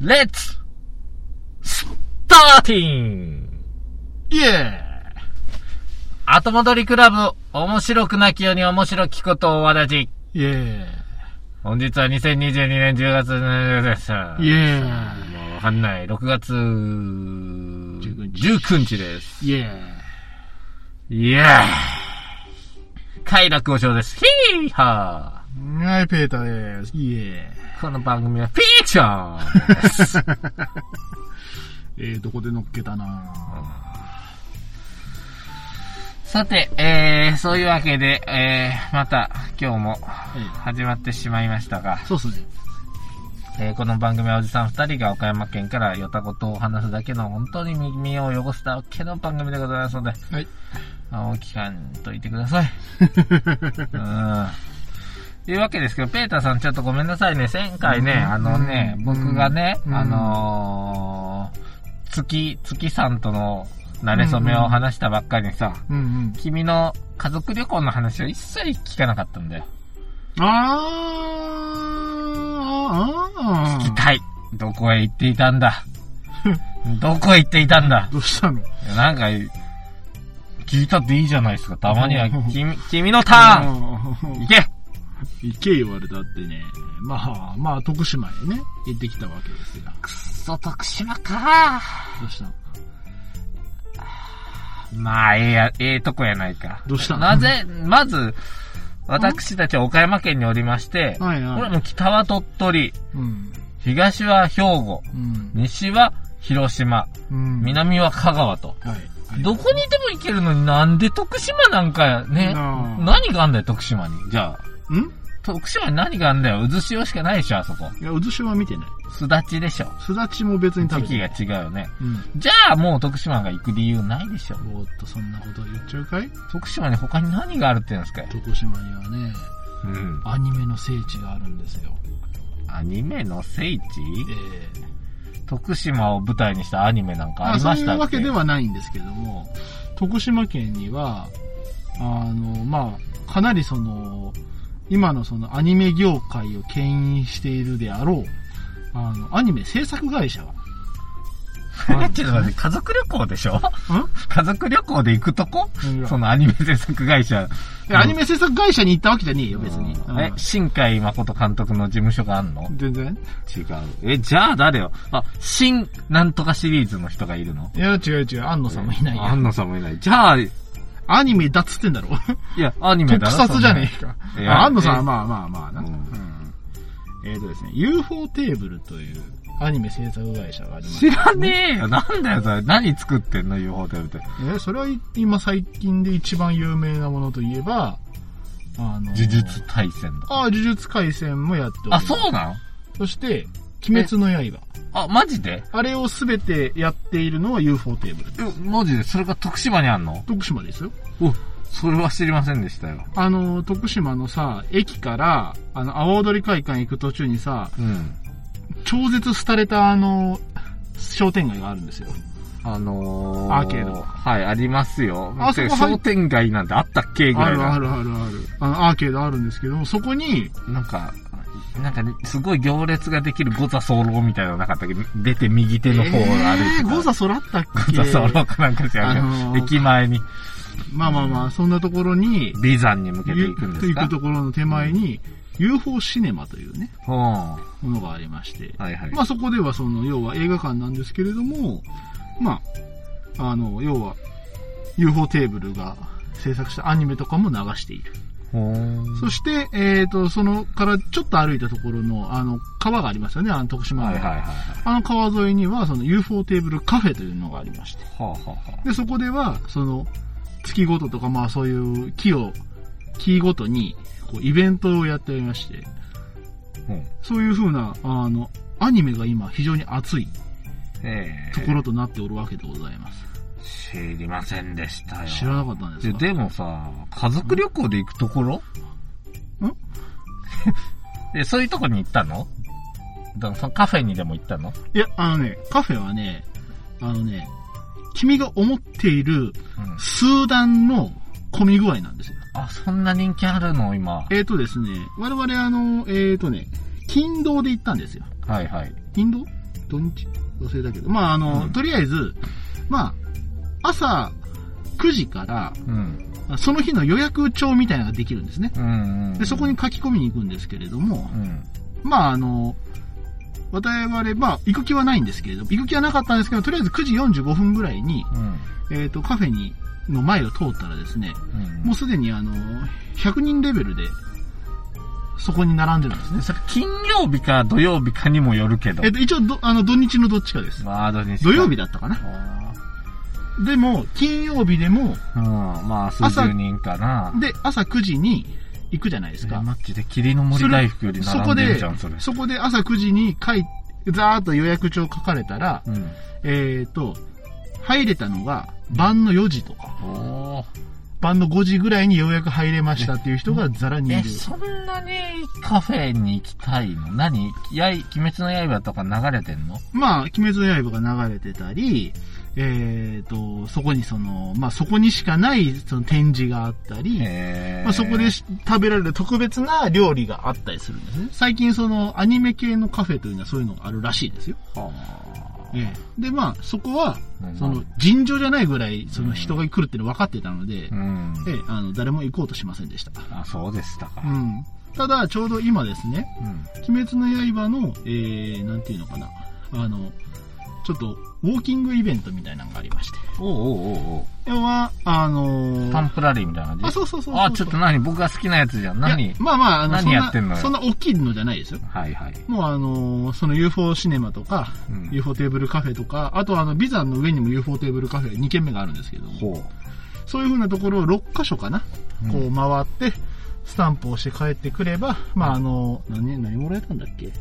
レッツスターティンイエー後戻りクラブ、面白くなきように面白きことをわだじ。イエー本日は2022年10月のです。イイエーもうわかんない。6月19日日です。イイエーイエー快楽を賞です。ヒーハはい、ペーターです。イエーこの番組はフィクションです。ー えー、どこで乗っけたなさて、えー、そういうわけで、えー、また今日も始まってしまいましたが、そうっすね。えーこの番組はおじさん二人が岡山県からよたことを話すだけの本当に耳を汚すだけの番組でございますので、はい。あお聞かんといてくだ さい。うん。というわけですけど、ペーターさんちょっとごめんなさいね。前回ね、うんあのね、うん僕がね、うんあのー、月、月さんとの馴れ初めを話したばっかりにさ、うんうん。君の家族旅行の話を一切聞かなかったんだよ。あー、あー、あー。聞きたい。どこへ行っていたん だどこへ行っていたんだどうしたのなんか、聞いたっていいじゃないですか。たまにはうん、君、君のタあーンー行け行け言われたってね。まあ、まあ、徳島へね、行ってきたわけですが。くっそ、徳島かどうしたのまあ、ええや、ええとこやないか。どうしたなぜ、まず、私たちは岡山県におりまして、はこいれはも北は鳥取、い。うん。東は兵庫、うん。西は広島、うん。南は香川と。はい。どこにいても行けるのになんで徳島なんかね。なあ何があんだよ、徳島に。じゃあ。ん徳島に何があんだよ。渦潮しかないでしょ、あそこ。いや、うずしは見てない。すだちでしょ。すだちも別に食時べて期ない。が違うよね。うん。じゃあ、もう徳島が行く理由ないでしょ。おーっと、そんなこと言っちゃうかい徳島に他に何があるって言うんですかよ。徳島にはね、うん。アニメの聖地があるんですよ。アニメの聖地ええ徳島を舞台にしたアニメなんかありましたっけそういうわけではないんですけども、徳島県には、あの、まあ、かなりその、今のそのアニメ業界を牽引しているであろう、あの、アニメ制作会社が。ち ょっと待って、家族旅行でしょん家族旅行で行くとこいやそのアニメ制作会社。いやアニメ制作会社に行ったわけじゃねえよ、別に。うんえ、新海誠監督の事務所があんの全然。違う。え、じゃあ誰よあ、新なんとかシリーズの人がいるのいや、違う違う、安野さんもいない安よ。野さんもいない。じゃあ、いアニメだっつってんだろ。 や、アニメだ特ろ撮じゃねえか。そんなのいやあ安野さんはえまあまあまあな。うんうんえっとですね、UFO テーブルというアニメ制作会社があります知らねえよ。なんだよ、それ。何作ってんの ?UFO テレビって。えーそれは今最近で一番有名なものといえば、あの、呪術対戦だ。ああ、呪術廻戦もやっておりまあ、すそうなのそして、鬼滅の刃。あ、マジであれをすべてやっているのは UFO テーブル。え、マジでそれが徳島にあんの徳島ですよ。お、それは知りませんでしたよ。あの、徳島のさ、駅から、あの、阿波踊り会館行く途中にさ、うん。超絶廃れたあの、商店街があるんですよ。あのー、アーケードはい、ありますよ。あそてこか商店街なんてあったっけぐあらいるあな。るあるある。あの、アーケードあるんですけども、そこに、なんか、なんかね、すごい行列ができるゴザ早漏みたいなのなかったっけ出て右手の方を歩いてえーた。ゴザ空ったっけゴザ早漏かなんか知らんけど、あのー駅前に、まあまあまあ、そんなところに、美山に向けて行くんです行かくところの手前に、UFO シネマというね、うん。はものがありまして、いはい。まあそこではその、要は映画館なんですけれども、まあ、あの、要は、UFO テーブルが制作したアニメとかも流している。ほーんそして、えっ、と、そのからちょっと歩いたところの、あの、川がありますよね、あの、徳島の。はいはいはいはい。あの川沿いには、その UFO テーブルカフェというのがありまして、はあ、はあはあ、で、そこでは、その、月ごととか、まあそういう木を、木ごとに、こう、イベントをやっておりまして、うん。そういう風な、あの、アニメが今非常に熱いえところとなっておるわけでございます。ー、知りませんでしたよ。知らなかったんですでかでもさ、家族旅行で行くところん で、そういうとこに行ったのでもそのカフェにでも行ったのいや、あのね、カフェはね、あのね、君が思っているうん。数段の混み具合なんですよ。あ、そんな人気あるの今。えーとですね、我々あの、えーとね、金堂で行ったんですよ。はいはい。金堂土日忘れたけど、まあ、あの、うんとりあえず、まあ、朝9時から、うん。その日の予約帳みたいなのができるんですね。うん。うんで、そこに。書き込みに行くんですけれどもう、ん。まあ、あの、我々、まあ、行く気はないんですけれども、行く気はなかったんですけど、とりあえず9時45分ぐらいに、うん。えっ、と、カフェに、の前を通ったらですね、うんもうすでにあの、100人レベルで、そこに並んでるんですね。それ金曜日か土曜日かにもよるけどえっ、。と、一応ど、あの、土日のどっちかです。まあ、土日か土曜日だったかな。あでも、金曜日でも、ーうん。まあ、数十人かな。で、朝9時に行くじゃないですえーか。マッチで霧の森大福よりそ並こんでるでじゃん、それ、。そこで朝9時に書い、ざーっと予約帳書かれたら、うん。えっ、と、入れたのが晩の4時とか、おー晩の5時ぐらいにようやく入れましたっていう人がザラにいえ、る。そんなにカフェに行きたいの何やい、鬼滅の刃とか流れてんのまあ、鬼滅の刃が流れてたり、えっ、と、そこにその、まあそこにしかないその展示があったり、えまあ、そこでし食べられる特別な料理があったりするんですね。最近そのアニメ系のカフェというのはそういうのがあるらしいですよ。はあええで、まあそこは、うんその尋常じゃないぐらいその人が来るっていうの分かってたので、うん。ええあの誰も行こうとしませんでした。あ、そうでしたうか。ん。ただ、ちょうど今ですね、うん。鬼滅の刃の、えー、なんていうのかな、あの、ちょっと、ウォーキングイベントみたいなのがありまして。おうおうおうおう要は、あのーパンプラリーみたいな感じあ、そうそうそうそうあ、ちょっと何僕が好きなやつじゃん。い何やまあまあ、あの、何そんやってんのな、よそんな大きいのじゃないですよ。はいはい。もうあのーその UFO シネマとか、うん UFO テーブルカフェとか、あとあの、ビザンの上にも UFO テーブルカフェ2軒目があるんですけども、ほそういう風なところを6カ所かな、うんこう回って、スタンプをして帰ってくれば、まああの、何、何もらえたんだっけ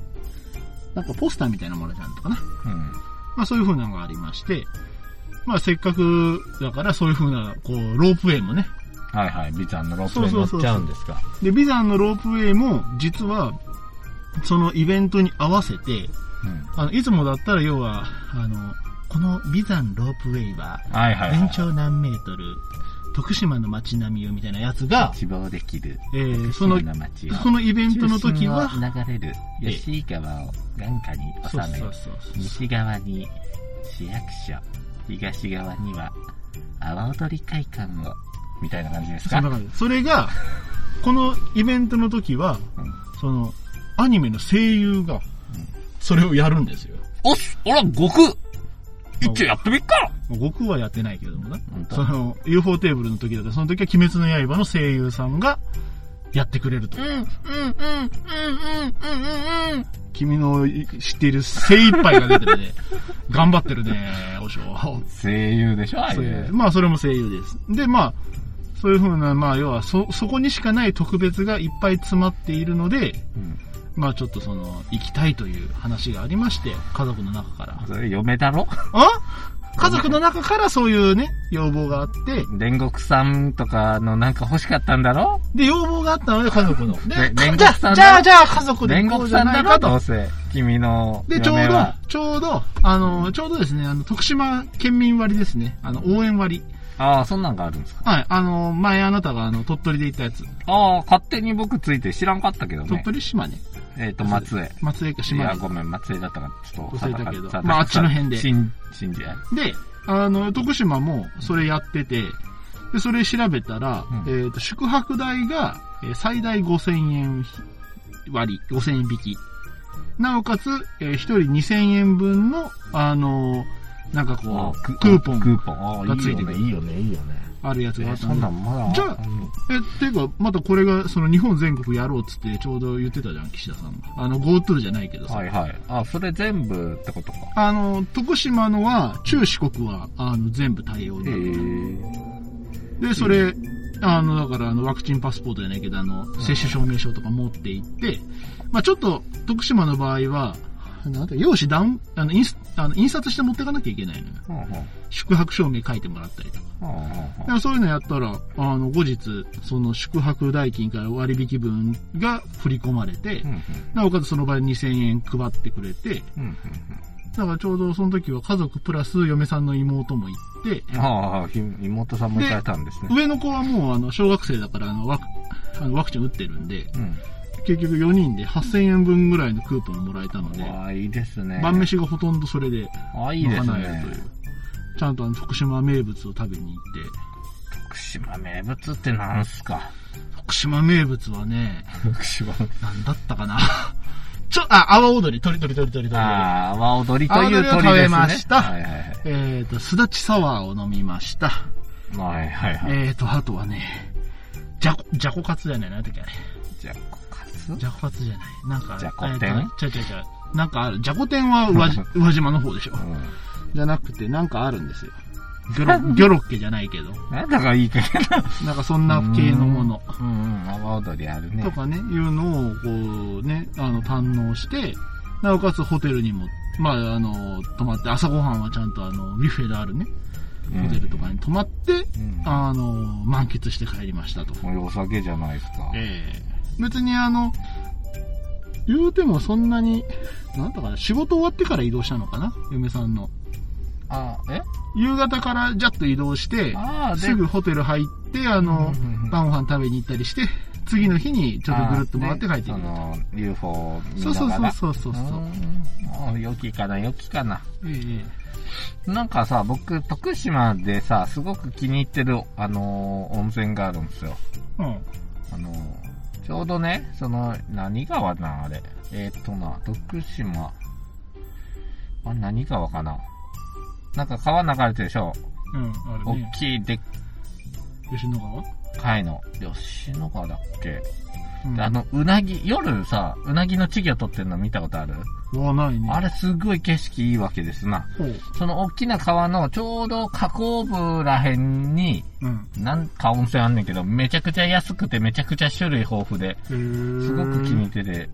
なんかポスターみたいなのもらえたのかなう。うん。まあそういう風なのがありまして、まあせっかくだからそういう風な、こう、ロープウェイもね。はいはい。ビちゃんのロップに乗っちゃうんですか。で、ビザンのロープウェイも、実は、そのイベントに合わせて、うん。あの、いつもだったら要は、あの、このビザンロープウェイは、はいはいはい。全長何メートル、徳島の街並みをみたいなやつが、希望できる。えー、その、街そのイベントの時は、中心を流れる吉井川を眼下に収そうめそうそう西側に市役所東側には阿波踊り会館をみたいな感じですそかんな感じそれが、このイベントの時は、その、アニメの声優が、それをやるんですよ。おっすおら悟空一応やってみっかまあ悟空はやってないけれどもな本。当その、UFO テーブルの時だったら、その時は鬼滅の刃の声優さんが、やってくれると。うんうんうんうんうんうんうん君の知っている精一杯が出てるね。頑張ってるね、おしょ声優でしょあれう。まあ、それも声優です。で、まあ、そういうふうな、まあ、要は、そ、そこにしかない特別がいっぱい詰まっているので、うんまあ、ちょっとその、行きたいという話がありまして、家族の中から。それ嫁だろあ家族の中からそういうね、要望があって、煉獄さんとかのなんか欲しかったんだろで、要望があったので、家族の。で、ね煉じゃ獄さんだろあ、じゃあ、じゃあ、家族で煉行こ獄うじゃさんなだいろかどとう。せ君ので、ちょう嫁どは、ちょうど、あの、ちょうどですね、あの、徳島県民割ですね。あの、応援割。ああそんなんがあるんですかはい、あの、前あなたがあの、鳥取で行ったやつ。ああ勝手に僕ついて知らんかったけど鳥ね取島ね。えっ、と松江松江かい島や、根ごめん、松江だったから、ちょっと、忘れたけど定かまああっちの辺で信信じない。で、あの、徳島もそれやってて、で、それ調べたら、うんえっ、と、宿泊代が、えー最大5000円割、5000円引き。なおかつ、え1人2000円分の、あのーなんかこう、クーポクンーポン。ああがついてくるいいよね、いいよね。あるやつがあったそんんでな。んまだ。じゃあえ、っていうか、またこれが、その日本全国やろうっつってちょうど言ってたじゃん、岸田さんが。あの、GoTo じゃないけどさ。はいはい。あ、それ全部ってことか。あの、徳島のは、中四国は、あの、全部対応へで。え。で、それ、あの、だから、あの、ワクチンパスポートじゃないけど、あの、接種証明書とか持って行って、まあちょっと、徳島の場合は、なんだ、用紙ダウン、あの、印刷あの印刷して持ってかなきゃいけないのよ。うんうん。うん宿泊証明書いてもらったりとか。うんだからそういうのやったら、あの、後日、その宿泊代金から割引分が振り込まれてうん。う、んなおかつその場合2000円配ってくれて、うんだからちょうどその時は家族プラス嫁さんの妹も行って、うん。ああ、ひ妹さんも行かれたんですね。上の子はもうあの小学生だからあのワクあのワクチン打ってるんで、うん。結局4人で8000円分ぐらいのクーポンをもらえたので、わあ、いいですね。晩飯がほとんどそれでああ、いいです賄えるという。ね。ちゃんとあの福島名物を食べに行って、福島名物ってなんす か福島名物はね、福島。なんだったかな。 ちょ、あ、阿波踊り、鳥鳥鳥鳥鳥。ああ、阿波踊りという鳥ですね。阿波踊りを食べましたはいはいはい。えっ、と、すだちサワーを飲みました。はいはいはい。えっ、と、あとはね、じゃこ、じゃこカツじゃない、なんだっけあれ。じゃこカツじゃこカツじゃない。なんか、じゃこ天えーと違う違う違う。なんかある。じゃこ天は宇和宇和島の方でしょ。うじゃなくて、なんかあるんですよ。ギョロ、ギョロッケじゃないけど。ん。なんだかいいかげな。なんかそんな系のもの。うんうん、阿波踊りあるね。とかね、いうのを、こうね、あの、堪能して、なおかつホテルにも、まあ、あの、泊まって、朝ごはんはちゃんとあの、ビュッフェであるね、うんホテルとかに泊まって、うんあの、満喫して帰りましたと。これお酒じゃないですか。ええ別にあの、言うてもそんなに、なんだかな、仕事終わってから移動したのかな嫁さんの。あ、え夕方からジャッと移動して、ああ、ですぐホテル入って、あのうんうんうん、晩ご飯食べに行ったりして、次の日にちょっとぐるっと回って帰ってあくる。の、UFO を見なそうそうがそうら。そうそうそう。うんうん良きかな、良きかな。ええなんかさ、僕、徳島でさ、すごく気に入ってる、あのー温泉があるんですよ。うん。あのーちょうどね、その、何川な、あれ。えーっとな、徳島。あ、何川かな。なんか川流れてるでしょうん、あ大れね。きい、でっ吉野川かいの。吉野川だっけ、うん。あの、うなぎ、夜さ、うなぎの稚魚取ってるの見たことある、うわ、ないね。あれすごい景色いいわけですな。ほう。その大きな川のちょうど河口部らへんに、うん。なんか温泉あんねんけど、めちゃくちゃ安くてめちゃくちゃ種類豊富で、へーすごく気に入ってて、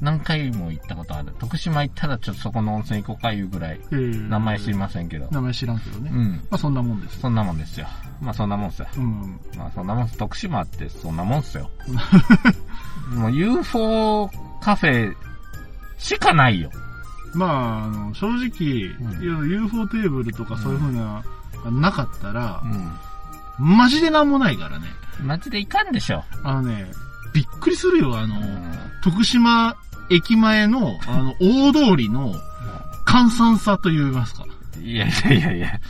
何回も行ったことある。徳島行ったらちょっとそこの温泉行こうかいうぐらい、へー名前知りませんけど。名前知らんけどね。うまん。あ、そんなもんです。そんなもんですよ。まあそんなもんっすよ。うん。まあそんなもんっす。徳島ってそんなもんっすよ。もう UFO カフェしかないよ。まあ、あの、正う直、んいや UFO テーブルとかそういうふうな、なかったらう、ん。マジでなんもないからね。マジでいかんでしょ。あのね、びっくりするよ、あの、うん徳島駅前の、あの、大通りの、閑散さと言いますか。いやいやいやいや。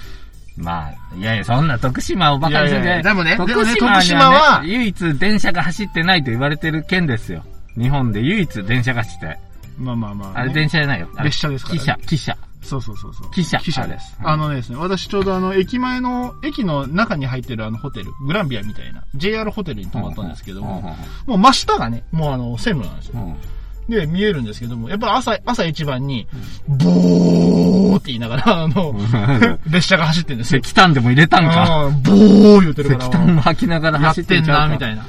まあ、いやいや、そんな徳島をバカにするんじゃないいやいやでもね徳でもね島には徳島は唯一電車が走ってないと言われてる県ですよ。日本で唯一電車が走ってない。まあまあまあ、ね。あれ電車じゃないよ。あれ列車ですからね汽車、汽車。そうそうそうそう。汽車汽車です。あれあのですね、私ちょうどあの、駅前の、駅の中に入ってるあのホテル、グランビアみたいな、JR ホテルに泊まったんですけども、もう真下がね、もうあの、線路なんですよ。うん。うんで、見えるんですけども、やっぱ朝、朝一番に、ボーって言いながら、あの、 列車が走ってるん ですよ。石炭でも入れたんか。うんボー言ってる石から、炭も吐きながらやっ走っててんんちゃな、うかみたいな。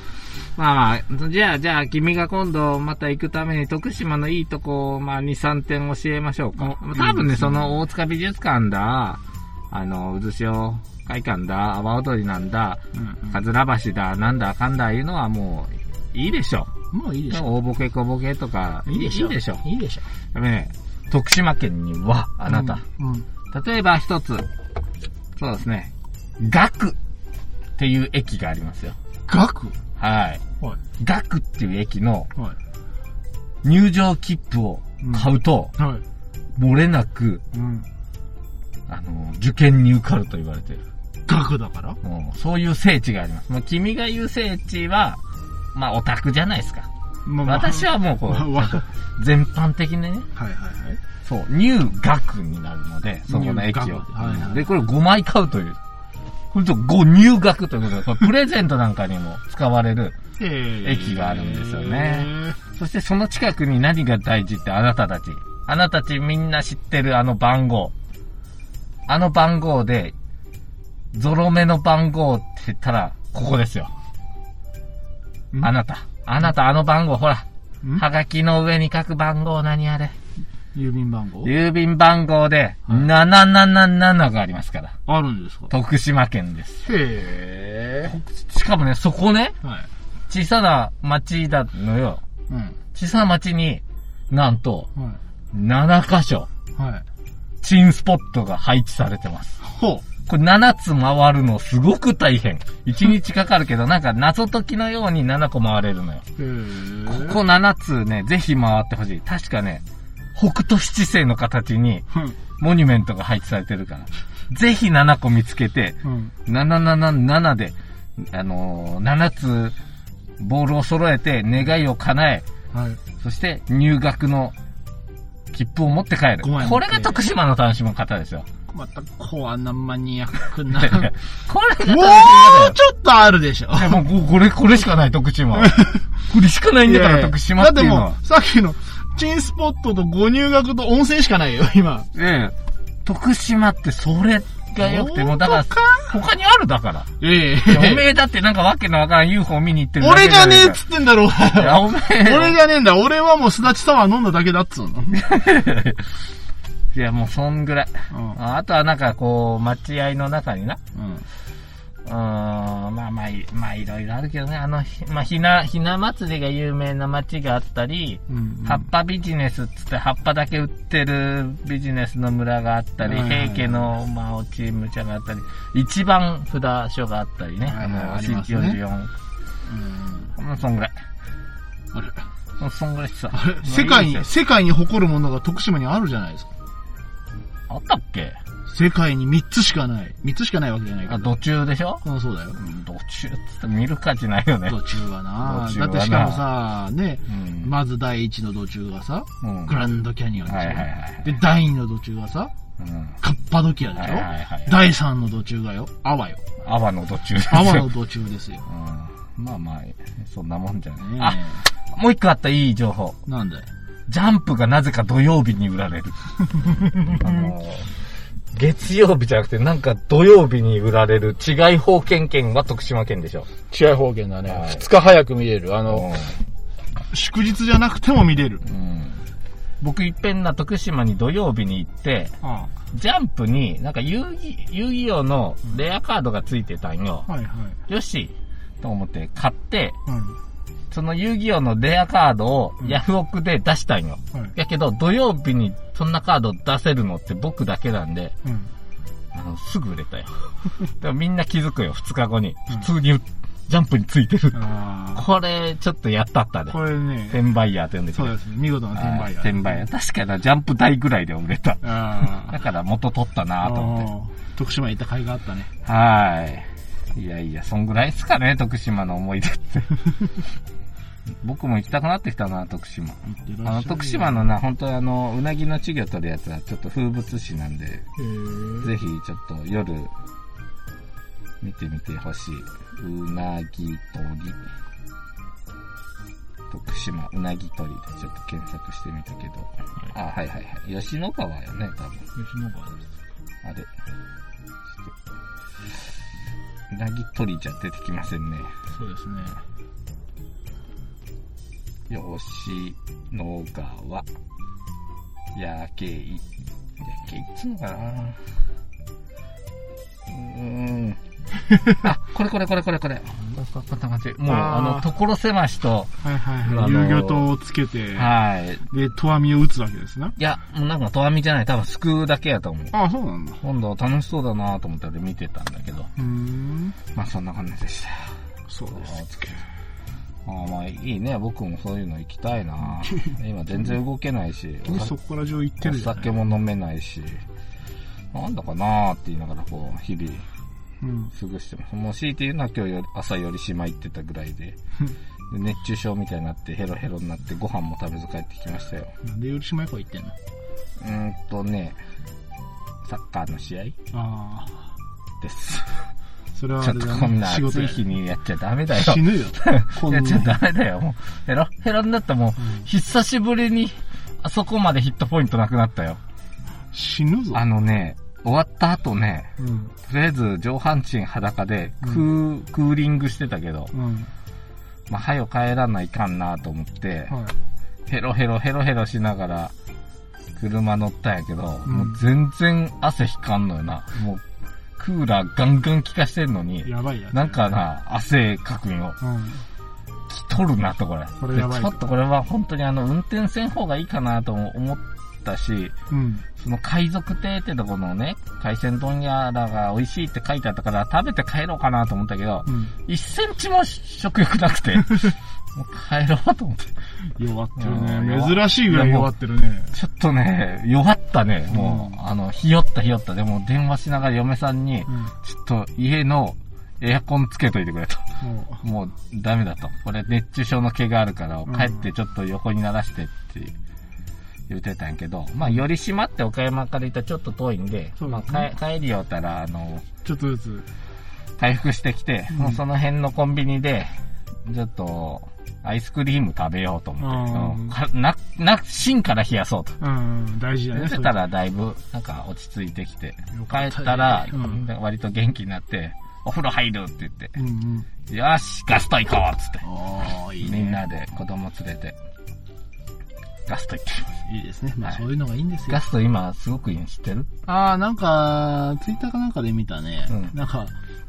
まあまあ、じゃあ、じゃあ、君が今度また行くために徳島のいいとこを、まあ、2、3点教えましょうか。お多分いいですね、ねその大塚美術館だ、あの、渦潮会館だ、阿波踊りなんだ、うんかずら橋だ、なんだかんだいうのはもう、いいでしょ。もういいでしょ。大ボケ小ボケとか、いいでしょ。いいでしょ。いいでしょ。でもね、徳島県には、あなた。うん。うん。例えば一つ、そうですね、学っていう駅がありますよ。額はい。は学っていう駅の、い。は入場切符を買うと、い。は漏れなく、い。うん。あの、受験に受かると言われてる。額だからもうそういう聖地があります。もう君が言う聖地は、まあオタクじゃないですか。私は、はもうこわう、わは全般的にね、いはいはい。そう、入学になるので、そこの駅入を学。はいはいで、これ5枚買うという。これと5入学ということで、これプレゼントなんかにも使われる。駅があるんですよねそしてその近くに何が大事ってあなたたち。あなたたちみんな知ってるあの番号。あの番号で、ゾロ目の番号って言ったら、ここですよ。んあなた。あなたあの番号、ほら。んはがきの上に書く番号何あれ郵便番号郵便番号で、777がありますから。あるんですか徳島県です。へしかもね、そこね、え。はい。小さな町だのよ。うん。小さな町に、なんと、は7箇所。い。はい。チンスポットが配置されてます。ほう。これ7つ回るのすごく大変。1日かかるけど、なん か謎解きのように7個回れるのよ。ーここ7つね、ぜひ回ってほしい。確かね、北斗七星の形にうんモニュメントが配置されてるから。ぜひ7個見つけて、うん。 777で、あのー7つボールを揃えて願いを叶え、はい。そして入学の切符を持って帰るごめん。これが徳島の楽しみ方 ですよ。また、コアなマニアッこクな。れが も楽しみ方うちょっとあるでしょ。いやもう ここれ、これしかない、徳島は。 これしかないんだから、徳島だっってていうのもは。う、さっきの、チンスポットとご入学と温泉しかないよ、今。ええ。徳島ってそれが良くて、もうだから本当か、他にあるだから。ええいやおめえだってなんかわけのわからん UFO 見に行ってるだ俺けじゃねねええっかつってんだろ、お前いや、おめえ。俺じゃねえんだ。俺はもうすだちサワー飲んだだけだっつうの。いや、もうそんぐらい。ああとはなんかこう、待合の中にな。うーん、まあまあ、いまあいろいろあるけどね。あの、ひまあ、ひな、ひな祭りが有名な町があったり、うん葉っぱビジネスっつって葉っぱだけ売ってるビジネスの村があったり、はいはいはい平家の、まあ、おちむちゃがあったり、一番札所があったりね。はいはいあの、ありますね44。うんもうそんぐらい。あれもうそんぐらいっすわあれ世も界ういいでに、すよ世界に誇るものが徳島にあるじゃないですか。あったっけ世界に3つしかない。3つしかないわけじゃないけあ、ど。土中でしょうん、そうだよ。うん土中っつって見る価値ないよね。土中はな土中だはっなてしかもさ、ね、うんまず第一の土中がさ、うんグランドキャニオンでしょ。はいはいはい。で、第二の土中がさ、うん。カッパドキアでしはいょ。はいはい。第三の土中がよ、アワよ。阿波の途中ですよアワの土中ですよ。うん。まあまあ、そんなもんじゃね。ねあ、もう一個あったいい情報。えなんだよ。ジャンプがなぜか土曜日に売られる。 あのー月曜日じゃなくて、なんか土曜日に売られる違い方権券は徳島県でしょ。試合方言だねはい二日早く見れる。あの、う祝日じゃなくても見れる。ん。僕いっぺんな徳島に土曜日に行って、あジャンプになんか遊戯、遊戯王のレアカードがついてたんよ。はいはい。よしと思って買って、うん。その遊戯王のレアカードをヤフオクで出したんよ。はい。やけど、土曜日にそんなカード出せるのって僕だけなんで、うん。あの、すぐ売れた よ。でもみんな気づくよ、2日後にうん。普通にジャンプについてる。あこれ、ちょっとやったったあ。ね。これね、転売ヤーって呼んでくそうれる。ですね。見事な転売や。転売ヤー。確かにジャンプ台ぐらいで売れた。あだから元取ったあ。なぁと思っうん徳島行った甲斐があったね。て。はーい。いやいや、そんぐらいですかね、徳島の思い出って。 僕も行きたくなってきたな、徳島。行ってらっしゃいあの、徳島のな、本当あの、うなぎの稚魚取るやつはちょっと風物詩なんで、へーぜひちょっと夜、見てみてほしい。うなぎ取り。徳島うなぎ取りでちょっと検索してみたけど。あ、はいはいはい。吉野川よね、多分。吉野川ですあれ。ちょっとうなぎ取りじゃ出てきませんね。そうですね。吉野川夜景い夜景いっつうのかなうー んあこれこれこれこれこれここんな感じもうああーの所狭しとはいはいあはい。のー遊漁灯をつけて、はいで、とわみを打つわけですな。いやもうなんかとわみじゃない多分すくうだけやと思うああ、そうなんだ。今度楽しそうだなと思ったんで見てたんだけどうーん。まあそんな感じでしたそうですけど。あーまあいいね僕もそういうの行きたいな 今全然動けないしでそこから中行っておるじゃん。酒も飲めないし、なんだかなーって言いながら、こう、日々うん。過ごしてます。もう強いて言うのは今日より朝より島行ってたぐらいで、で熱中症みたいになってヘロヘロになってご飯も食べず帰ってきましたよ。なんで寄島へこ行ってんのうーんとね、サッカーの試合ああ。です。それはちょあっれとだこんねな。仕事暑いや日にやっちゃダメだよ。死ぬよ。こ んいなや、ちょっとダメだよ。もう、ヘロヘロになったもう、久しぶりに、あそこまでヒットポイントなくなったよ。死ぬぞ。あのね、終わった後ね、うん。とりあえず上半身裸でクー,、クーリングしてたけど、うん。まあ、早よ帰らないかんなと思って、はい。ヘロヘロヘロヘロしながら車乗ったんやけど、んもう全然汗ひかんのよな。もうクーラーガンガン効かしてんのに、やばいやつ。なんかな、汗かくんよ。うん。きとるなと、これ。これやばいでちょっとこれは本当にあの、運転せん方がいいかなと思ったし、うん。その海賊亭ってとこのね、海鮮丼やらが美味しいって書いてあったから、食べて帰ろうかなと思ったけどう、ん。 1センチも食欲なく て、もう帰ろうと思って。弱ってうんる弱ね。珍しいぐらい弱ってるね。ちょっとね、弱ったね、もう、うあの、ひよったひよった。でも電話しながら嫁さんに、ちょっと家のエアコンつけといてくれと。うん。ももうダメだと。これ熱中症の毛があるからん、帰ってちょっと横にならしてって言ってたんやけど、まあ、寄島って岡山から行ったらちょっと遠いんで、そうまですねあ、帰帰りよったら、あの、う、ちょっとずつ。回復してきて、うんもうその辺のコンビニで、ちょっと、アイスクリーム食べようと思って、うんうんかな、な、芯から冷やそうと。うん、大事だ寝ね。てそたれらだいぶ、なんか落ち着いてきてよ、帰かったねったらうん、割と元気になって、お風呂入るって言って、うんうん。よし、ガスト行こうっつって、ああ、いみんなで子供連れて、ガスト行ってる。いいですね。まあ、はいそういうのがいいんですよガ。スト今すごくいいの知ってるああ、なんか、ツイッターかなんかで見たね。うんなんか、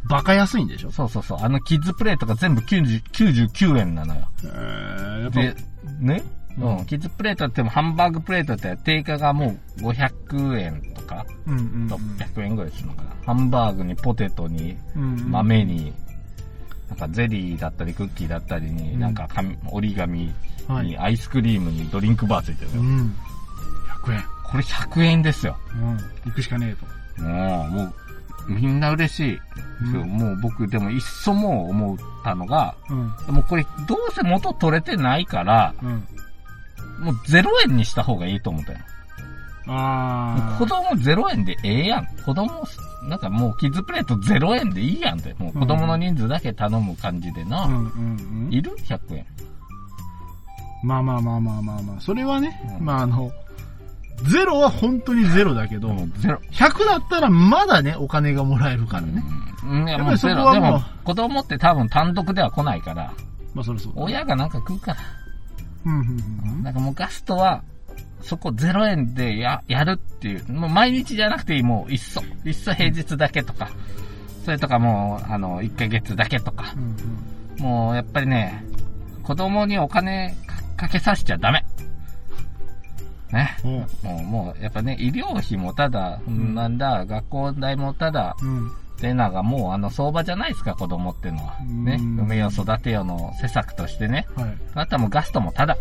バカ安いんでしょそうそうそう、あのキッズプレイとか全部90 99円なのよ。えー、やっぱ、で、ね、ううんん、キッズプレートってもハンバーグプレートって定価がもう500円とか、うんうん600円ぐらいするのかな。ハンバーグにポテトにうん。うん。豆に、なんかゼリーだったりクッキーだったりに、うんなんか紙折り紙はいに。アイスクリームにドリンクバーついてるうよ。ん。100円。これ100円ですよ。うん。行くしかねえと。もう、もう、みんな嬉しい。うんもう僕、でも一層もう思ったのが、うん。もうこれどうせ元取れてないから、うん。もう0円にした方がいいと思ったよ。ああ。子供0円でええやん。子供、なんかもうキッズプレート0円でいいやんって。もう子供の人数だけ頼む感じでうな。んうんうん。いる ?100 円。まあまあまあまあまあまあ。それはね、うんまああの、ゼロは本当にゼロだけど、もうゼロ。 100だったらまだね、お金がもらえるからね。うん、いややっぱもうりそゼこロ。はでもうも、子供って多分単独では来ないから、まあそれそう。親がなんか食うから。うんうんうん。なんかもうガストは、そこ0円でや、やるっていう。もう毎日じゃなくていい、もういっそ。いっそ平日だけとか。それとかもう、あの、1ヶ月だけとかう。んもうやっぱりね、子供にお金かかけさせちゃダメ。ね。うん。おもう、もう、やっぱね、医療費もただ、んなんだ、学校代もただ、うん。っていうのがもうあの相場じゃないですか、子供ってのは。ね。うん産めよ育てよの施策としてね。はい。 あとはもうガストもただ。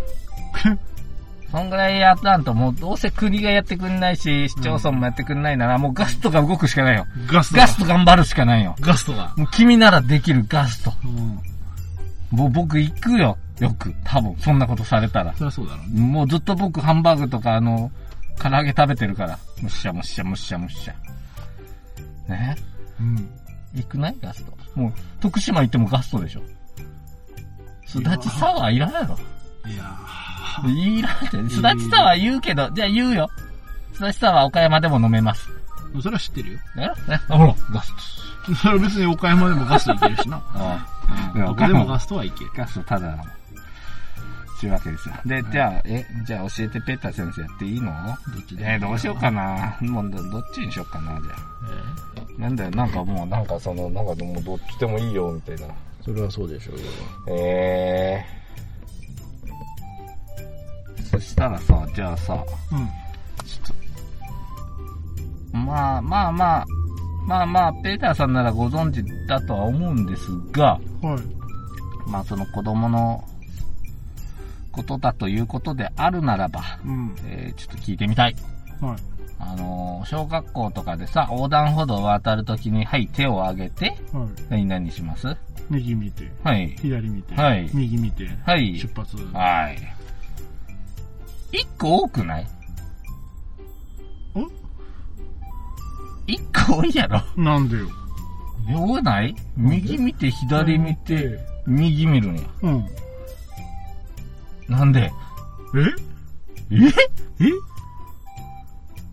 そんぐらいやったんと、もうどうせ国がやってくんないし、市町村もやってくんないなら、もうガストが動くしかないよ。ガストだガスト頑張るしかないよ。ガストだ。もう君ならできるガスト。うん。もう僕行くよ。よく。多分、そんなことされたら。そりゃそうだろうね。もうずっと僕ハンバーグとかあの、唐揚げ食べてるから。むっしゃむっしゃむっしゃむっしゃ。ねうん。行くないガスト。もう、徳島行ってもガストでしょ。すだちサワーいらんやろ。いやーいらん って。すだちサワー言うけど、じゃあ言うよ。すだちサワー岡山でも飲めます。それは知ってるよ。 だよね。あ、ほら、ガスト。それは別に岡山でもガストいける しな。あうんどこでもガストはいける。ガストただなの。ちゅうわけですよ。で、じゃあ、え、じゃあ教えてペッタ先生やっていいのどっちでもえー、どうしようかな。もうど、どっちにしようかな、じゃえーあ。なんだよ、なんかもう、なんかその、なんかもうどっちでもいいよ、みたいな。それはそうでしょうよ。えー。そしたらさ、じゃあさ、うん。まあまあまあ、まあまあ、ペーターさんならご存知だとは思うんですが、はい。まあその子供のことだということであるならば、うん。えー、ちょっと聞いてみたい。はい。あのー小学校とかでさ、横断歩道を渡るときに、はい、手を上げて、は何々しますい。右見て、はい。左見て、はい右見て、はい。出発。はい。一個多くない一個多いやろ。んなんでよ。多ない右見て、左見て、、右見るんや。うん。なんでえええ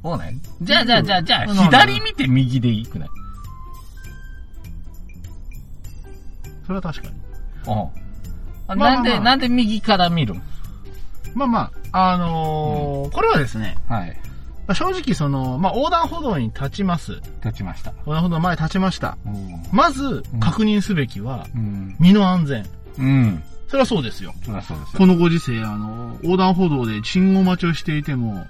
多ないじゃあじゃあじゃあじゃなあ、んで左見て右でいいくないそれは確かに。うんあ。まあまあなんで、なんで右から見るんまあまあ、あのーこれはですね、はい。まあ正直その、まあ横断歩道に立ちます。立ちました。横断歩道の前に立ちました。うん。まずうん、確認すべきは、うん。身の安全。うん。それはそうですよ。そりゃそうですよ。このご時世、あの、横断歩道で信号待ちをしていても、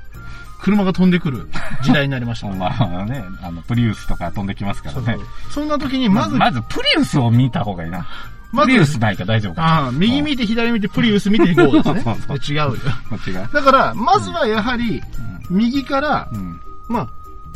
車が飛んでくる時代になりましたまかあら。まあね、あの、プリウスとか飛んできますから そうね。そうそんな時に、ままず、ず、まずプリウスを見た方がいいな。まずプリウスないか大丈夫か。ああ右見て左見てプリウス見ていこう ですねそうそう。違うよ。こっちが。だから、まずはやはり、右からう、ん。まあ、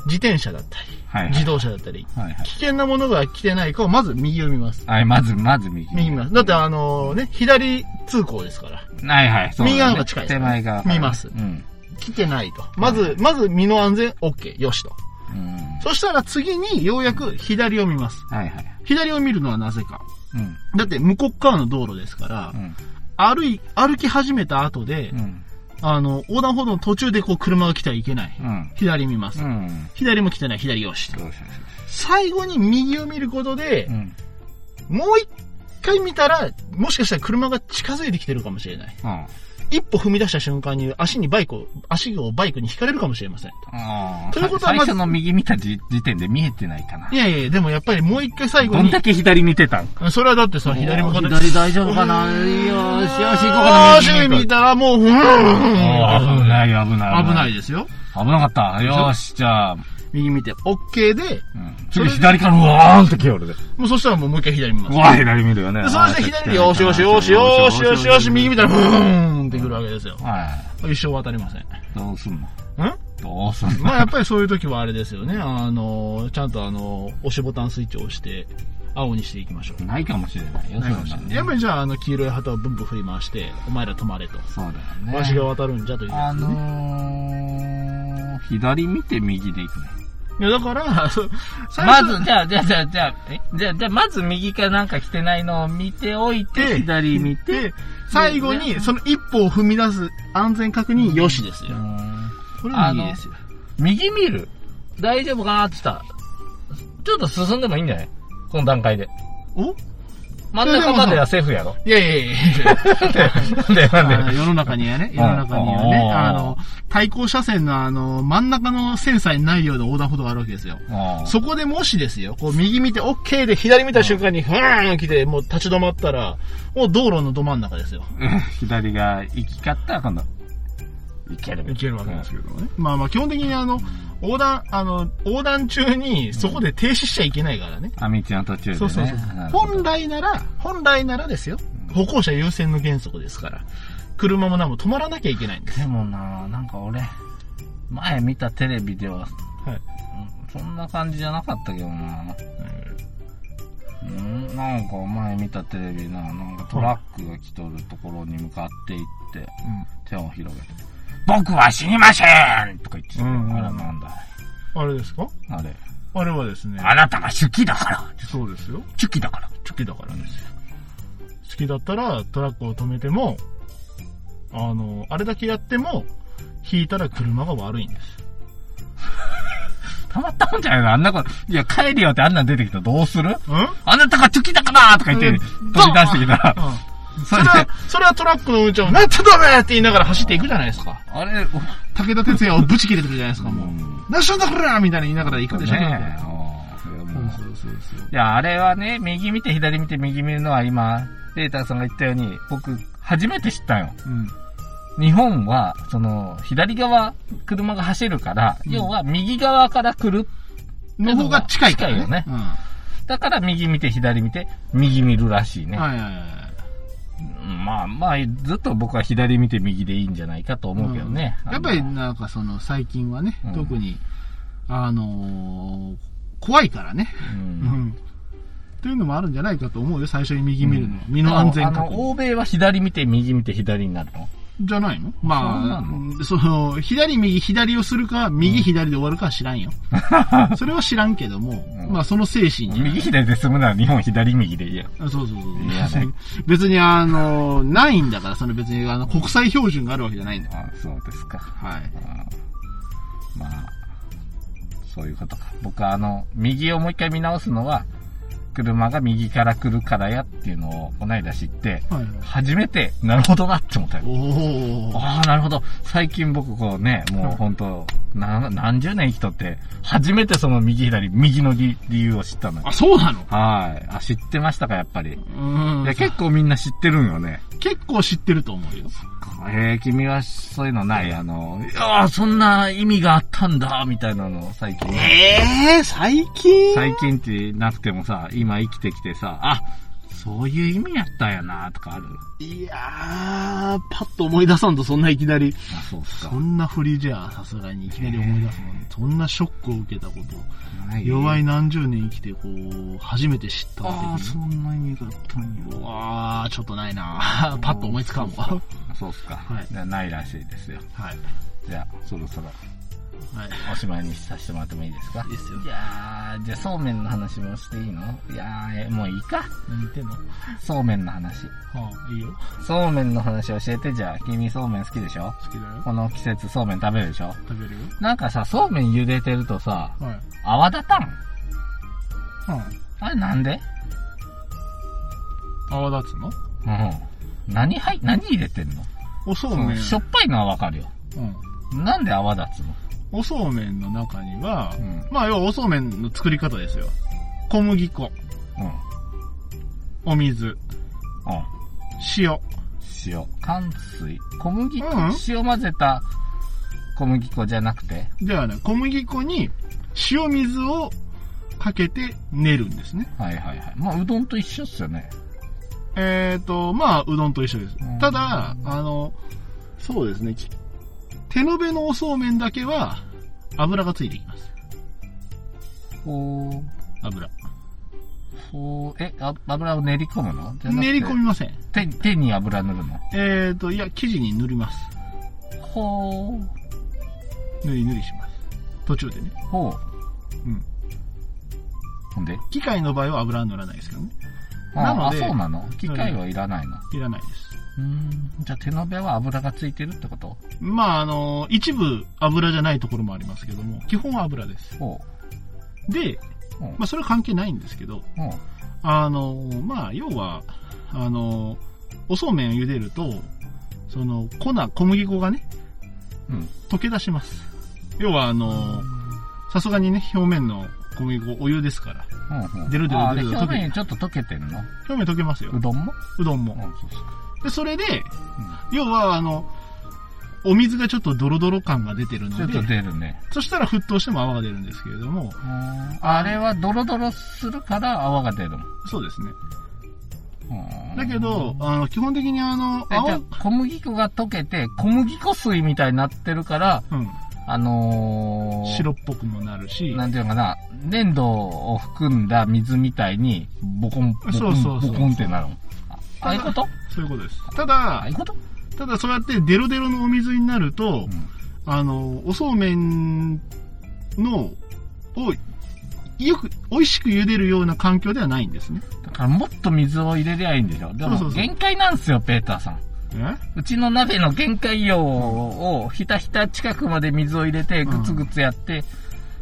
自転車だったはい、り、はい自。動車だったり、はいはい危険なものが来てないかを、まず右を見ます。はい、まず、まず右。右見ます。だって、あのね、左通行ですから、はいはい。そうだね右側の方が近いです手前側。見ますうん。来てないと。まず、まず身の安全、OK、よしと。うん。そしたら次に、ようやく左を見ます。はいはい。左を見るのはなぜか。うん。だって、向こう側の道路ですからう、ん。歩い、歩き始めた後で、うん。あの、横断歩道の途中でこう車が来てはいけない。うん。左見ますう。ん。左も来てない、左よしと。どうしようどうしよ最後に右を見ることでう。う、ん。もう一回見たら、もしかしたら車が近づいてきてるかもしれない。うん。一歩踏み出した瞬間に足にバイクを、足をバイクに引かれるかもしれません。あーということは最まず初の右見た時時点で見えてないかな。いやいや、でもやっぱりもう一回最後どんに、だけ左見てたんそれはだってさ、左向かって、左大丈夫かないいよよし、よし、行こうかあなあ、周囲見右たらもう、ふーん行こう危ない、危ない。危ない危ですよ。なかった。よーし、じゃあ、右見て、OK で、うん次左からうわーんって来よるで。もうそしたらもうもう一回左見まうす。わー、左見るよね。でそして左で、よしよしよしよしよしよし、右見たら、ふーんってくるわけですよ。は一生渡りません。んい。どうすんのどうすんのまあやっぱりそういう時はあれで すよね。あの、ちゃんとあの、押しボタンスイッチを押して、青にしていきましょう。ないかもしれないよ、ないかもしれない。やっぱりじゃあ、あの、黄色い旗をブンブン振り回して、お前ら止まれと。そうだよね。わしが渡るんじゃというやあつのね、ー、左見て右で行くね。いや、だから、そう最ま初ず、じゃあ、じゃあ、じゃあ、じゃあ、えじゃあ、じゃあ、まず右かなんか来てないのを見ておいて、で左見て、で、最後に、その一歩を踏み出す安全確認、よしですよ。これはいいですよ。右見る。大丈夫かなって言ったら、ちょっと進んでもいいんじゃないこの段階で。お真ん中まではセーフやろ。いやいやいやいや。なんで、あなんので。世の中にはね、世の中にはね、ああの、対向車線のあの、真ん中の線さえないような横断歩道があるわけですよ。そこでもしですよ、こう右見て OK で左見た瞬間に、ふーん来て、もう立ち止まったら、もう道路のど真ん中ですよ。うん左が行き交ったら今度、行ける。行けるわけですけどね。まあまあ基本的にあの、横断、あの、横断中にそこで停止しちゃいけないからね。あ、道の途中でね。そうそうそう。なるほど本来なら、本来ならですよ。歩行者優先の原則ですから。車も何も止まらなきゃいけないんです。でもな、なんか俺、前見たテレビでは、はいうんそんな感じじゃなかったけどな。うん、なんか前見たテレビな、なんかトラックが来とるところに向かって行って、手を広げて、僕は死にませんとか言ってた、うんうあんれなんだあれですかあれ。あれはですねあなたが好きだからそうですよ。好きだから好きだからですよ。好きだったらトラックを止めても、あの、あれだけやっても、引いたら車が悪いんです。たまったもんじゃないのあんなこと、いや、帰るよってあんなん出てきたらどうするうんあなたが好きだからとか言って、飛び出してきたら、そそれれで、は、それはトラックの運転を、なんとダメって言いながら走っていくじゃないですか。あれ、武田鉄矢をぶち切れてるじゃないですか、もう。なんしょんだこらみたいな言いながら行くでしょ。ねえうんそうそうそうそう。いや、あれはね、右見て左見て右見るのは今、データさんが言ったように、僕、初めて知ったんよ。うん。日本は、その、左側、車が走るから、要は右側から来る。の方が近いから、近いよねうん。はだから右見て左見て、右見るらしいいね。はいはい。うんまあまあ、ずっと僕は左見て右でいいんじゃないかと思うけどね。やっぱりあのなんかその最近はね、うん特に、あのー怖いからね。ううんん。というのもあるんじゃないかと思うよ、最初に右見るのは。身の安全あの、確認。欧米は左見て右見て左になるのじゃないのそうなまのあ、その、左右左をするか、右左で終わるかは知ら んよ。それは知らんけども、んまあその精神に。右左で済むなら日本左右でいいや。あそうそうそう。いやね 別にあのーないんだから、その別にあの、国際標準があるわけじゃないんだかあそうですか。ら。はい。まあ、そういうことか。僕はあの、右をもう一回見直すのは、車が右から来るからやっていうのを、こないだ知って、はい。初めて、なるほどなって思ったよ。おー。ああ、なるほど。最近僕こうね、もう本当な何十年生きとって、初めてその右左、右の理理由を知ったのよあ、。そうなのはい。あ、知ってましたか、やっぱり。うんいや、結構みんな知ってるんよね。結構知ってると思うよ。えー、君はそういうのないあの、ああ、そんな意味があったんだ、みたいなの、最近。えー、最近最近ってなくてもさ、今生きてきてさ、あ、そういう意味やったんやな、とかある。いやー、パッと思い出さんとそんないきなり、あ、そうっすかそ。んな振りじゃさすがにいきなり思い出すもん。そんなショックを受けたこと、ない弱い何十年生きて、こう、初めて知ったああ、時そに。んな意味があったんうよ。わー、ちょっとないなパッと思いつかんわ。そうっすか。はいじゃあないらしいですよ。はい。じゃあ、そろそろはい。おしまいにさせてもらってもいいですかいいっすよい。やー、じゃあそうめんの話もしていいのいやー、えもういいか。何言ってんのはそうめんの話。あ、いいよ。そうめんの話教えてじゃあ、君そうめん好きでしょ好きだよ。この季節そうめん食べるでしょ食べるよ。なんかさ、そうめん茹でてるとさ、はい。泡立たんうん。あれなんで泡立つのうん。何入、何入れてんのおそうそめのん。しょっぱいのはわかるよ。うん。なんで泡立つのおそうめんの中には、うんまあ要はおそうめんの作り方ですよ。小麦粉、うん。お水、うん。塩。塩。乾水。小麦粉、うん塩混ぜた小麦粉じゃなくて。ではね、小麦粉に塩水をかけて練るんですね。はいはいはい。まあ、うどんと一緒っすよね。えっ、と、まあうどんと一緒ですうん。ただ、あの、そうですね、き手延べのおそうめんだけは油がついてきます。ほう、油。ほう、え、あ油を練り込むのじゃなくて練り込みません。手手に油塗るのえっ、と、いや、生地に塗ります。ほう。塗り塗りします。途中でね。ほう。うん。ほんで機械の場合は油は塗らないですけどね。あなのであ、そうなの機械はいらないの。いらないです。うん。じゃあ手延べは油がついてるってことまあ、あの、一部油じゃないところもありますけども、基本は油です。ほで、う。うんまあ、それは関係ないんですけど、うん。あの、まあ、要は、あの、おそうめんを茹でると、その、粉、小麦粉がね、うん。溶け出します。要は、あの、さすがにね、表面の小麦粉、お湯ですから、うんうん。出る出るああ出るれ出る表面ちょっと溶けてんの表面溶けますよう。どんもうどんうん、も。そうそう。で、それで、う要は、あの、お水がちょっとドロドロ感が出てるん。ちょのっとで、出るね。そしたら沸騰しても泡が出るんですけれども、うんあれはドロドロするから泡が出るのそうですね。うんだけど、あの、基本的にあの、えじゃ青、あ小麦粉が溶けて、小麦粉水みたいになってるから、うん、あのー、白っぽくもなるし、なんていうのかな、粘土を含んだ水みたいに、ボコン、ボコそンう、そうそうボコンってなるの。あああいうことそういうことです。たああだいう、ことただそうやってデロデロのお水になると、うんあの、おそうめんの、を、よく、美味しく茹でるような環境ではないんですね。だからもっと水を入れりゃいいんでしょでそも、うそうそう限界なんですよ、ペーターさん。えうちの鍋の限界量を、ひたひた近くまで水を入れて、うんぐつぐつやって、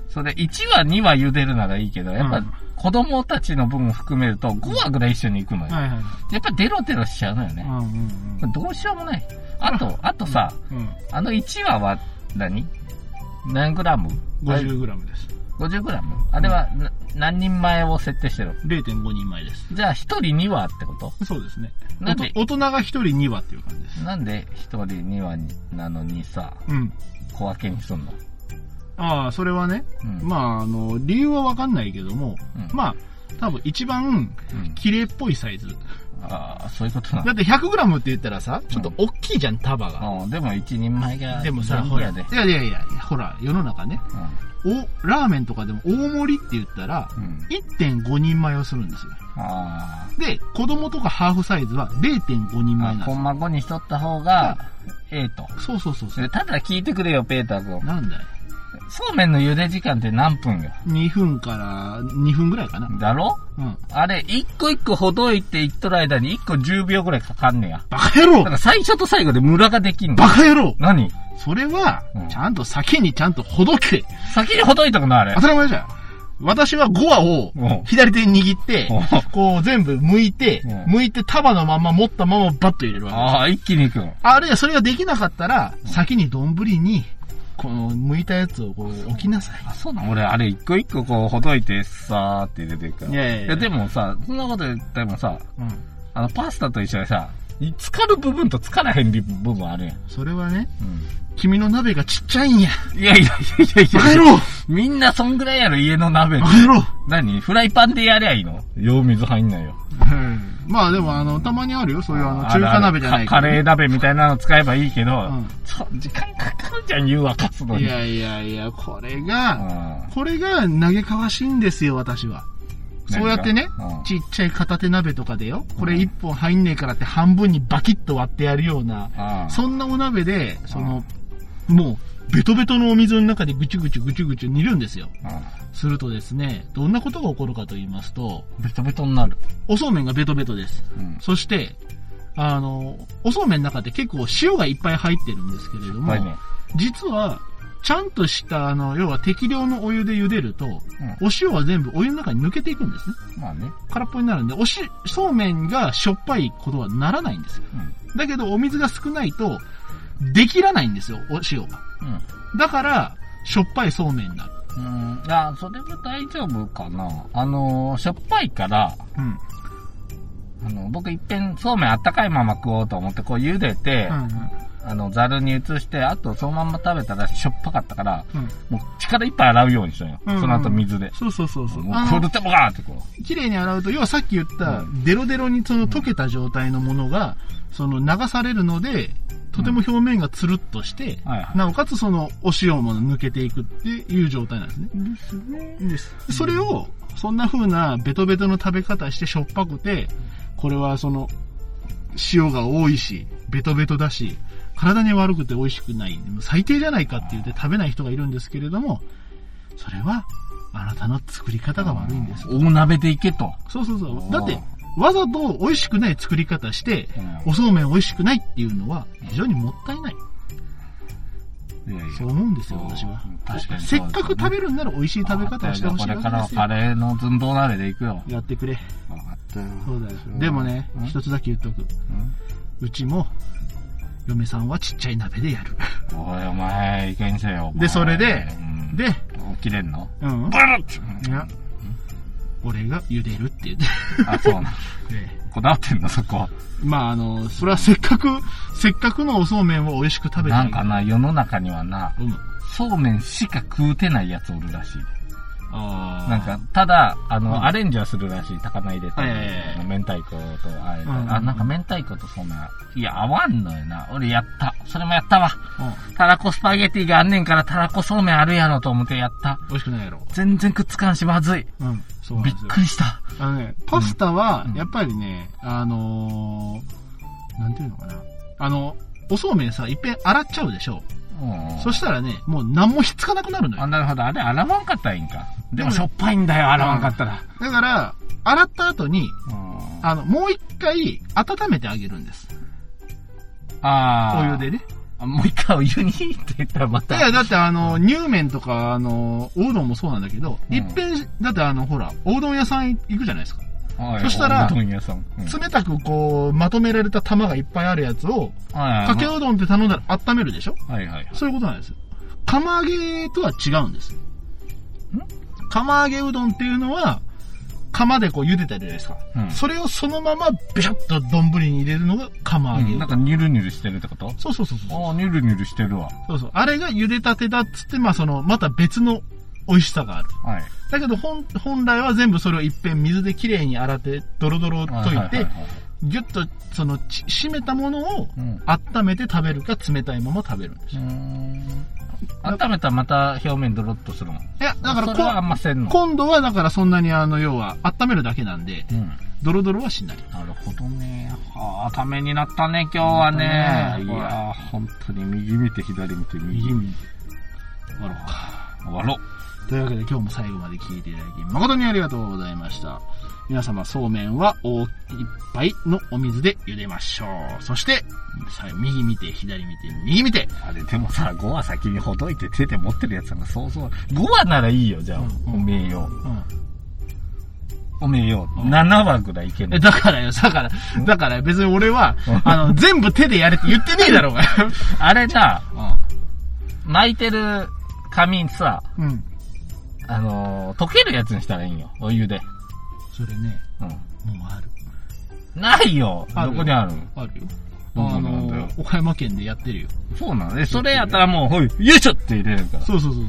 それ1話、2話茹でるならいいけど、やっうぱん子供たちの分を含めると5話ぐらい一緒に行くのよ。はいはい。やっぱデロデロしちゃうのよね。うんうんこれどうしようもない。あと、あとさ、うん。うん。あの1話は何何グラムあれ 50g です。 50グラムあれはな、何人前を設定してる0.5人前です。じゃあ1人2話ってことそうですね。なんでおと大人が1人2羽っていう感じです。なんで1人2話になのにさ、うん。小分けにすんのああ、それはね、うんまあ、あの、理由はわかんないけども、うんまあ、多分一番うん綺麗っぽいサイズ。ああ、そういうことなだのって 100g って言ったらさ、ちょっと大きいじゃん、束が。うん、でも一人前が、でもさ、ほほら。ら、ういん。やいやいや、ほら、世の中ね、お、ラーメンとかでも大盛りって言ったら、うん。 1.5人前をするんですよ。あで、子供とかハーフサイズは0.5人ー前あな、コんでンマ5にしとった方が、ええと。すよ。そうそうそうそう。でただ聞いてくれよ、ペーター君。なんだよ。そうめんの茹で時間って何分よ2分から2分ぐらいかな。だろうん。あれ、一個一個ほどいていっとる間に一個10秒ぐらいかかんねや。バカ野郎だから最初と最後でムラができんのバ。カ野郎何それはうん、ちゃんと酒にちゃんとほどけ。先にほどいとくのあれ当。たり前じゃん。私は5話をうん左手に握ってうん、こう全部剥いてうん、剥いて束のまま持ったままバッと入れるわけです。ああ、一気に行くの。あるいはそれができなかったら、先に丼にこの、剥いたやつをこう、置きなさい。あ、そうなん俺、あれ、一個一個こう、ほどいて、さーって入れていくから。いやいやいやでもさ、そんなこと言ってもさ、うん。あの、パスタと一緒でさ、浸かる部分と浸からへん部分あるやん。それはね、君の鍋がちっちゃいんや。いやいやいやいやいバや。カ野郎みんなそんぐらいやろ、家の鍋バ。カ野郎何フライパンでやりゃいいの用水入んないよ。まあでも、あの、たまにあるよ。そういうあの、あ中るあ華る鍋じゃないかカレーー鍋みたいなの使えばいいけど、んそう時間かかるじゃん、湯沸かすのいに。やいやいや、これうが、んこれが嘆かわしいんですよ、私は。そうやってねうん、ちっちゃい片手鍋とかでよ、これ一本入んねえからって半分にバキッと割ってやるような、ああそんなお鍋で、その、もう、ベトベトのお水の中でぐちゅぐちゅぐちゅぐちゅ煮るんですよ。うするとですね、どんなことが起こるかと言いますと、んベトベトになる。おそうめんがベトベトです。うん。そして、あの、おそうめんの中って結構塩がいっぱい入ってるんですけれども、はいね。実は、ちゃんとした、あの、要は適量のお湯で茹でると、お塩は全部お湯の中に抜けていくんですね。うん。まあね。空っぽになるんで、おし、そうめんがしょっぱいことはならないんですよ。うだけど、お水が少ないと、できらないんですよ、お塩が。ん。うん。だから、しょっぱいそうめんになる。うん、あ、それは大丈夫かな。あのー、しょっぱいから、うん。あの、僕一遍そうめんあったかいまま食おうと思って、こう茹でて、うあの、ざるに移して、あとそのまんま食べたらしょっぱかったから、ん。うん。もう力いっぱい洗うようにしたんよ。うんうんその後水で。そうそうそうそう。もあう、このれ、でもガーってこう。綺麗に洗うと、要はさっき言ったう、デロデロにその溶けた状態のものが、その流されるので、とても表面がつるっとして、はいはいなおかつそのお塩も抜けていくっていう状態なんですね。ですね。です。それを、そんな風なベトベトの食べ方してしょっぱくて、これはその、塩が多いし、ベトベトだし、体に悪くて美味しくない。最低じゃないかって言って食べない人がいるんですけれども、それは、あなたの作り方が悪いんです。大鍋でいけと。そうそうそうう。んだって、わざと美味しくない作り方して、うおそうめん美味しくないっていうのは、非常にもったいない。いやいやそう思うんですよ、私はうん。確かにせっかく食べるんなら美味しい食べ方をしてほしいこれわかけらではすよカ。レーの寸胴鍋でいくよ。やってくれ。分かったよ。そうだよそう。でもねうん、一つだけ言っとく。うんうちも、嫁さんはちっちゃい鍋でやる。おい、お前、いけんせよ。お前でそれで、うんで、起きれんのうん。ブルッいや、俺が茹でるって言って。あ、そうなの。ねこだわってんの、そ こ。まあ、あの、それはせっかく、せっかくのおそうめんを美味しく食べてなんかな、世の中にはな、うん。そうめんしか食うてないやつおるらしい。あなん、か、ただ、あの、うんアレンジはするらしい。高菜入れて、はいはいはいあの明太子とあえて、うんうんうんあ、なんか明太子とそんな、いや、合わんのよな。俺やった。それもやったわ。うんたらこスパゲティがあんねんから、たらこそうめんあるやろと思ってやった。美味しくないやろ。全然くっつかんし、まずい。うん。そうなんびでっすよくりした。あのね、パスタはうん、やっぱりね、あのー、なんていうのかな。あの、おそうめんさ、いっぺん洗っちゃうでしょ。うんそしたらね、もう何もひっつかなくなるのよあ、。なるほど。あれ、洗わんかったらいいんか。でも、でもしょっぱいんだよ、洗わんかったら。だから、洗った後に、うんあの、もう一回温めてあげるんです。あおー湯でね。あもう一回お湯にって言ったらまいた。や、だってあの、乳麺とか、あの、おうどんもそうなんだけど、うんいっぺん、だってあの、ほら、おうどん屋さん行くじゃないですか。はいそしたらおうどん屋さん。うん冷たくこう、まとめられた玉がいっぱいあるやつを、はいかけうどんって頼んだら温めるでしょはいはい。そういうことなんですよ。釜揚げとは違うんです。釜揚げうどんっていうのは、釜でこう茹でたじゃないですか。うんそれをそのまま、べしゃっと丼に入れるのが釜揚げうどうんんなんかニュルニュルしてるってことそうそうそうそう。ああ、ニュルニュルしてるわ。そうそう。あれが茹でたてだっつって、まあその、また別の美味しさがある。はい。だけど本、本来は全部それを一遍水できれいに洗って、ドロドロはといはては、はぎゅっと、その、ち締めたものをうん。う温めて食べるか、冷たいまま食べるんですーよ。ん。温めたらまた表面ドロッとするもん。いや、だかそれはあらんませんこ、の。今度はだからそんなにあの、要は、温めるだけなんで、うん。ドロドロはしない。なるほどね。はあ、ためになったね、今日はなったね。ねいやー、本当に右見て左見て右。に。終わろうか。終わろう。 というわけで今日も最後まで聞いていただき、誠にありがとうございました。皆様、そうめんは大きいっぱいのお水で茹でましょう。そして、さ右見て、左見て、右見て。あれ、でもさ、5は先にほどいて手で持ってるやつなんかそうそう。5はならいいよ、じゃあ。うんおめえよ。うん。おめえよ。うん7話ぐらいいけんのえ、だからよ、だから、だから別に俺は、あの、全部手でやれって言ってねえだろうが。あれな、う巻いてる紙さ、 うん。あのー溶けるやつにしたらいいんよ。お湯で。それね、うもうある。ん。ないよあるどこにあるあるよ。どこなあんだよの、岡山県でやってるよ。そうなので、それやったらもう、ほい、よいしょって入れるから。そうそうそうそう。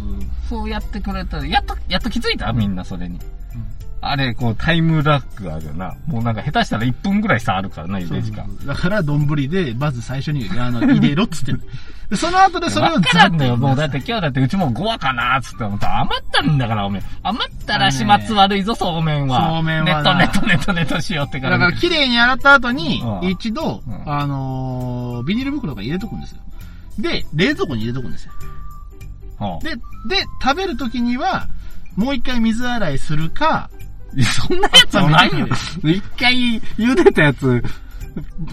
そうやってくれたら、やっと、やっと気づいたみんなそれに。うんあれ、こう、タイムラックあるよな。もうなんか下手したら1分ぐらい差あるからな、茹で時間。だから、丼で、まず最初に、あの、入れろっ つってんの。でその後でそれをわからんだよ、ざっともうだって今日だってうちも5話かなーっつって思ったら余ったんだから、おめん。余ったら始末悪いぞ、そうめんは。そうめんはなネットネットネットネットしようってかだら。から、綺麗に洗った後にう、ん一度う、んあのービニール袋が入れとくんですよ。で、冷蔵庫に入れとくんですよ。ほうで、で、食べる時には、もう一回水洗いするか、いやそんなやつはないよ。一回茹でたやつ、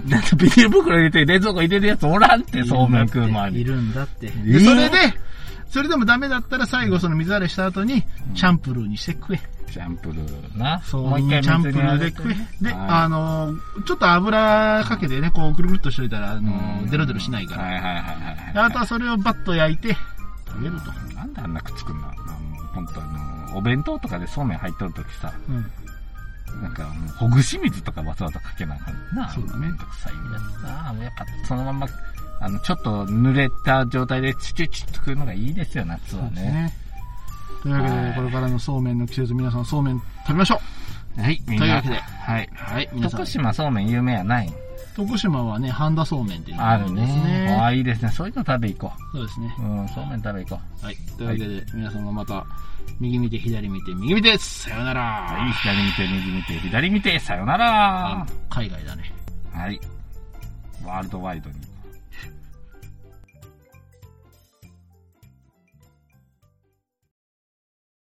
なんかビニール袋入れて冷蔵庫入れるやつおらんって、そうめん食う前いに。るんだっえて。でーそれで、それでもダメだったら最後その水洗いした後に、チャンプルーにして食え。チャンプルーな。そう、もう一回チャンプ水ルにあーげでて食え。で、はいあのー、ちょっと油かけてね、こう、くるくるっとしといたら、あのうんー、デロデロしないから。はいはいはいはいはい。であとはそれをバッと焼いて、食べると。なんであんなくっつくんだろうな。もう本当あの、お弁当とかでそうめん入っとるときさ、うん。なんかもうほぐし水とかわざわざかけなあかんな。そうだねめんどくさいやつな。もうやっぱそのまま、あの、ちょっと濡れた状態でチュチュチュっと食うのがいいですよ、夏そうはですね。ね。というわけはで、いこれからのそうめんの季節、皆さんそうめん食べましょはい、みんというな。わけではい。うはい、皆さん徳。島そうめん有名やない徳島はね、半田そうめんっていうのがああるるんですね。あね。あ、いいですね。そういうの食べ行こそうですねう。。うん、そうめん食べ行こはい。というわけで、皆さんもまた、右見て、左見て、右見て、さよなら。う。はい、左見て、右見て、左見て、さよなら。海外だね。はい。ワールドワイドに。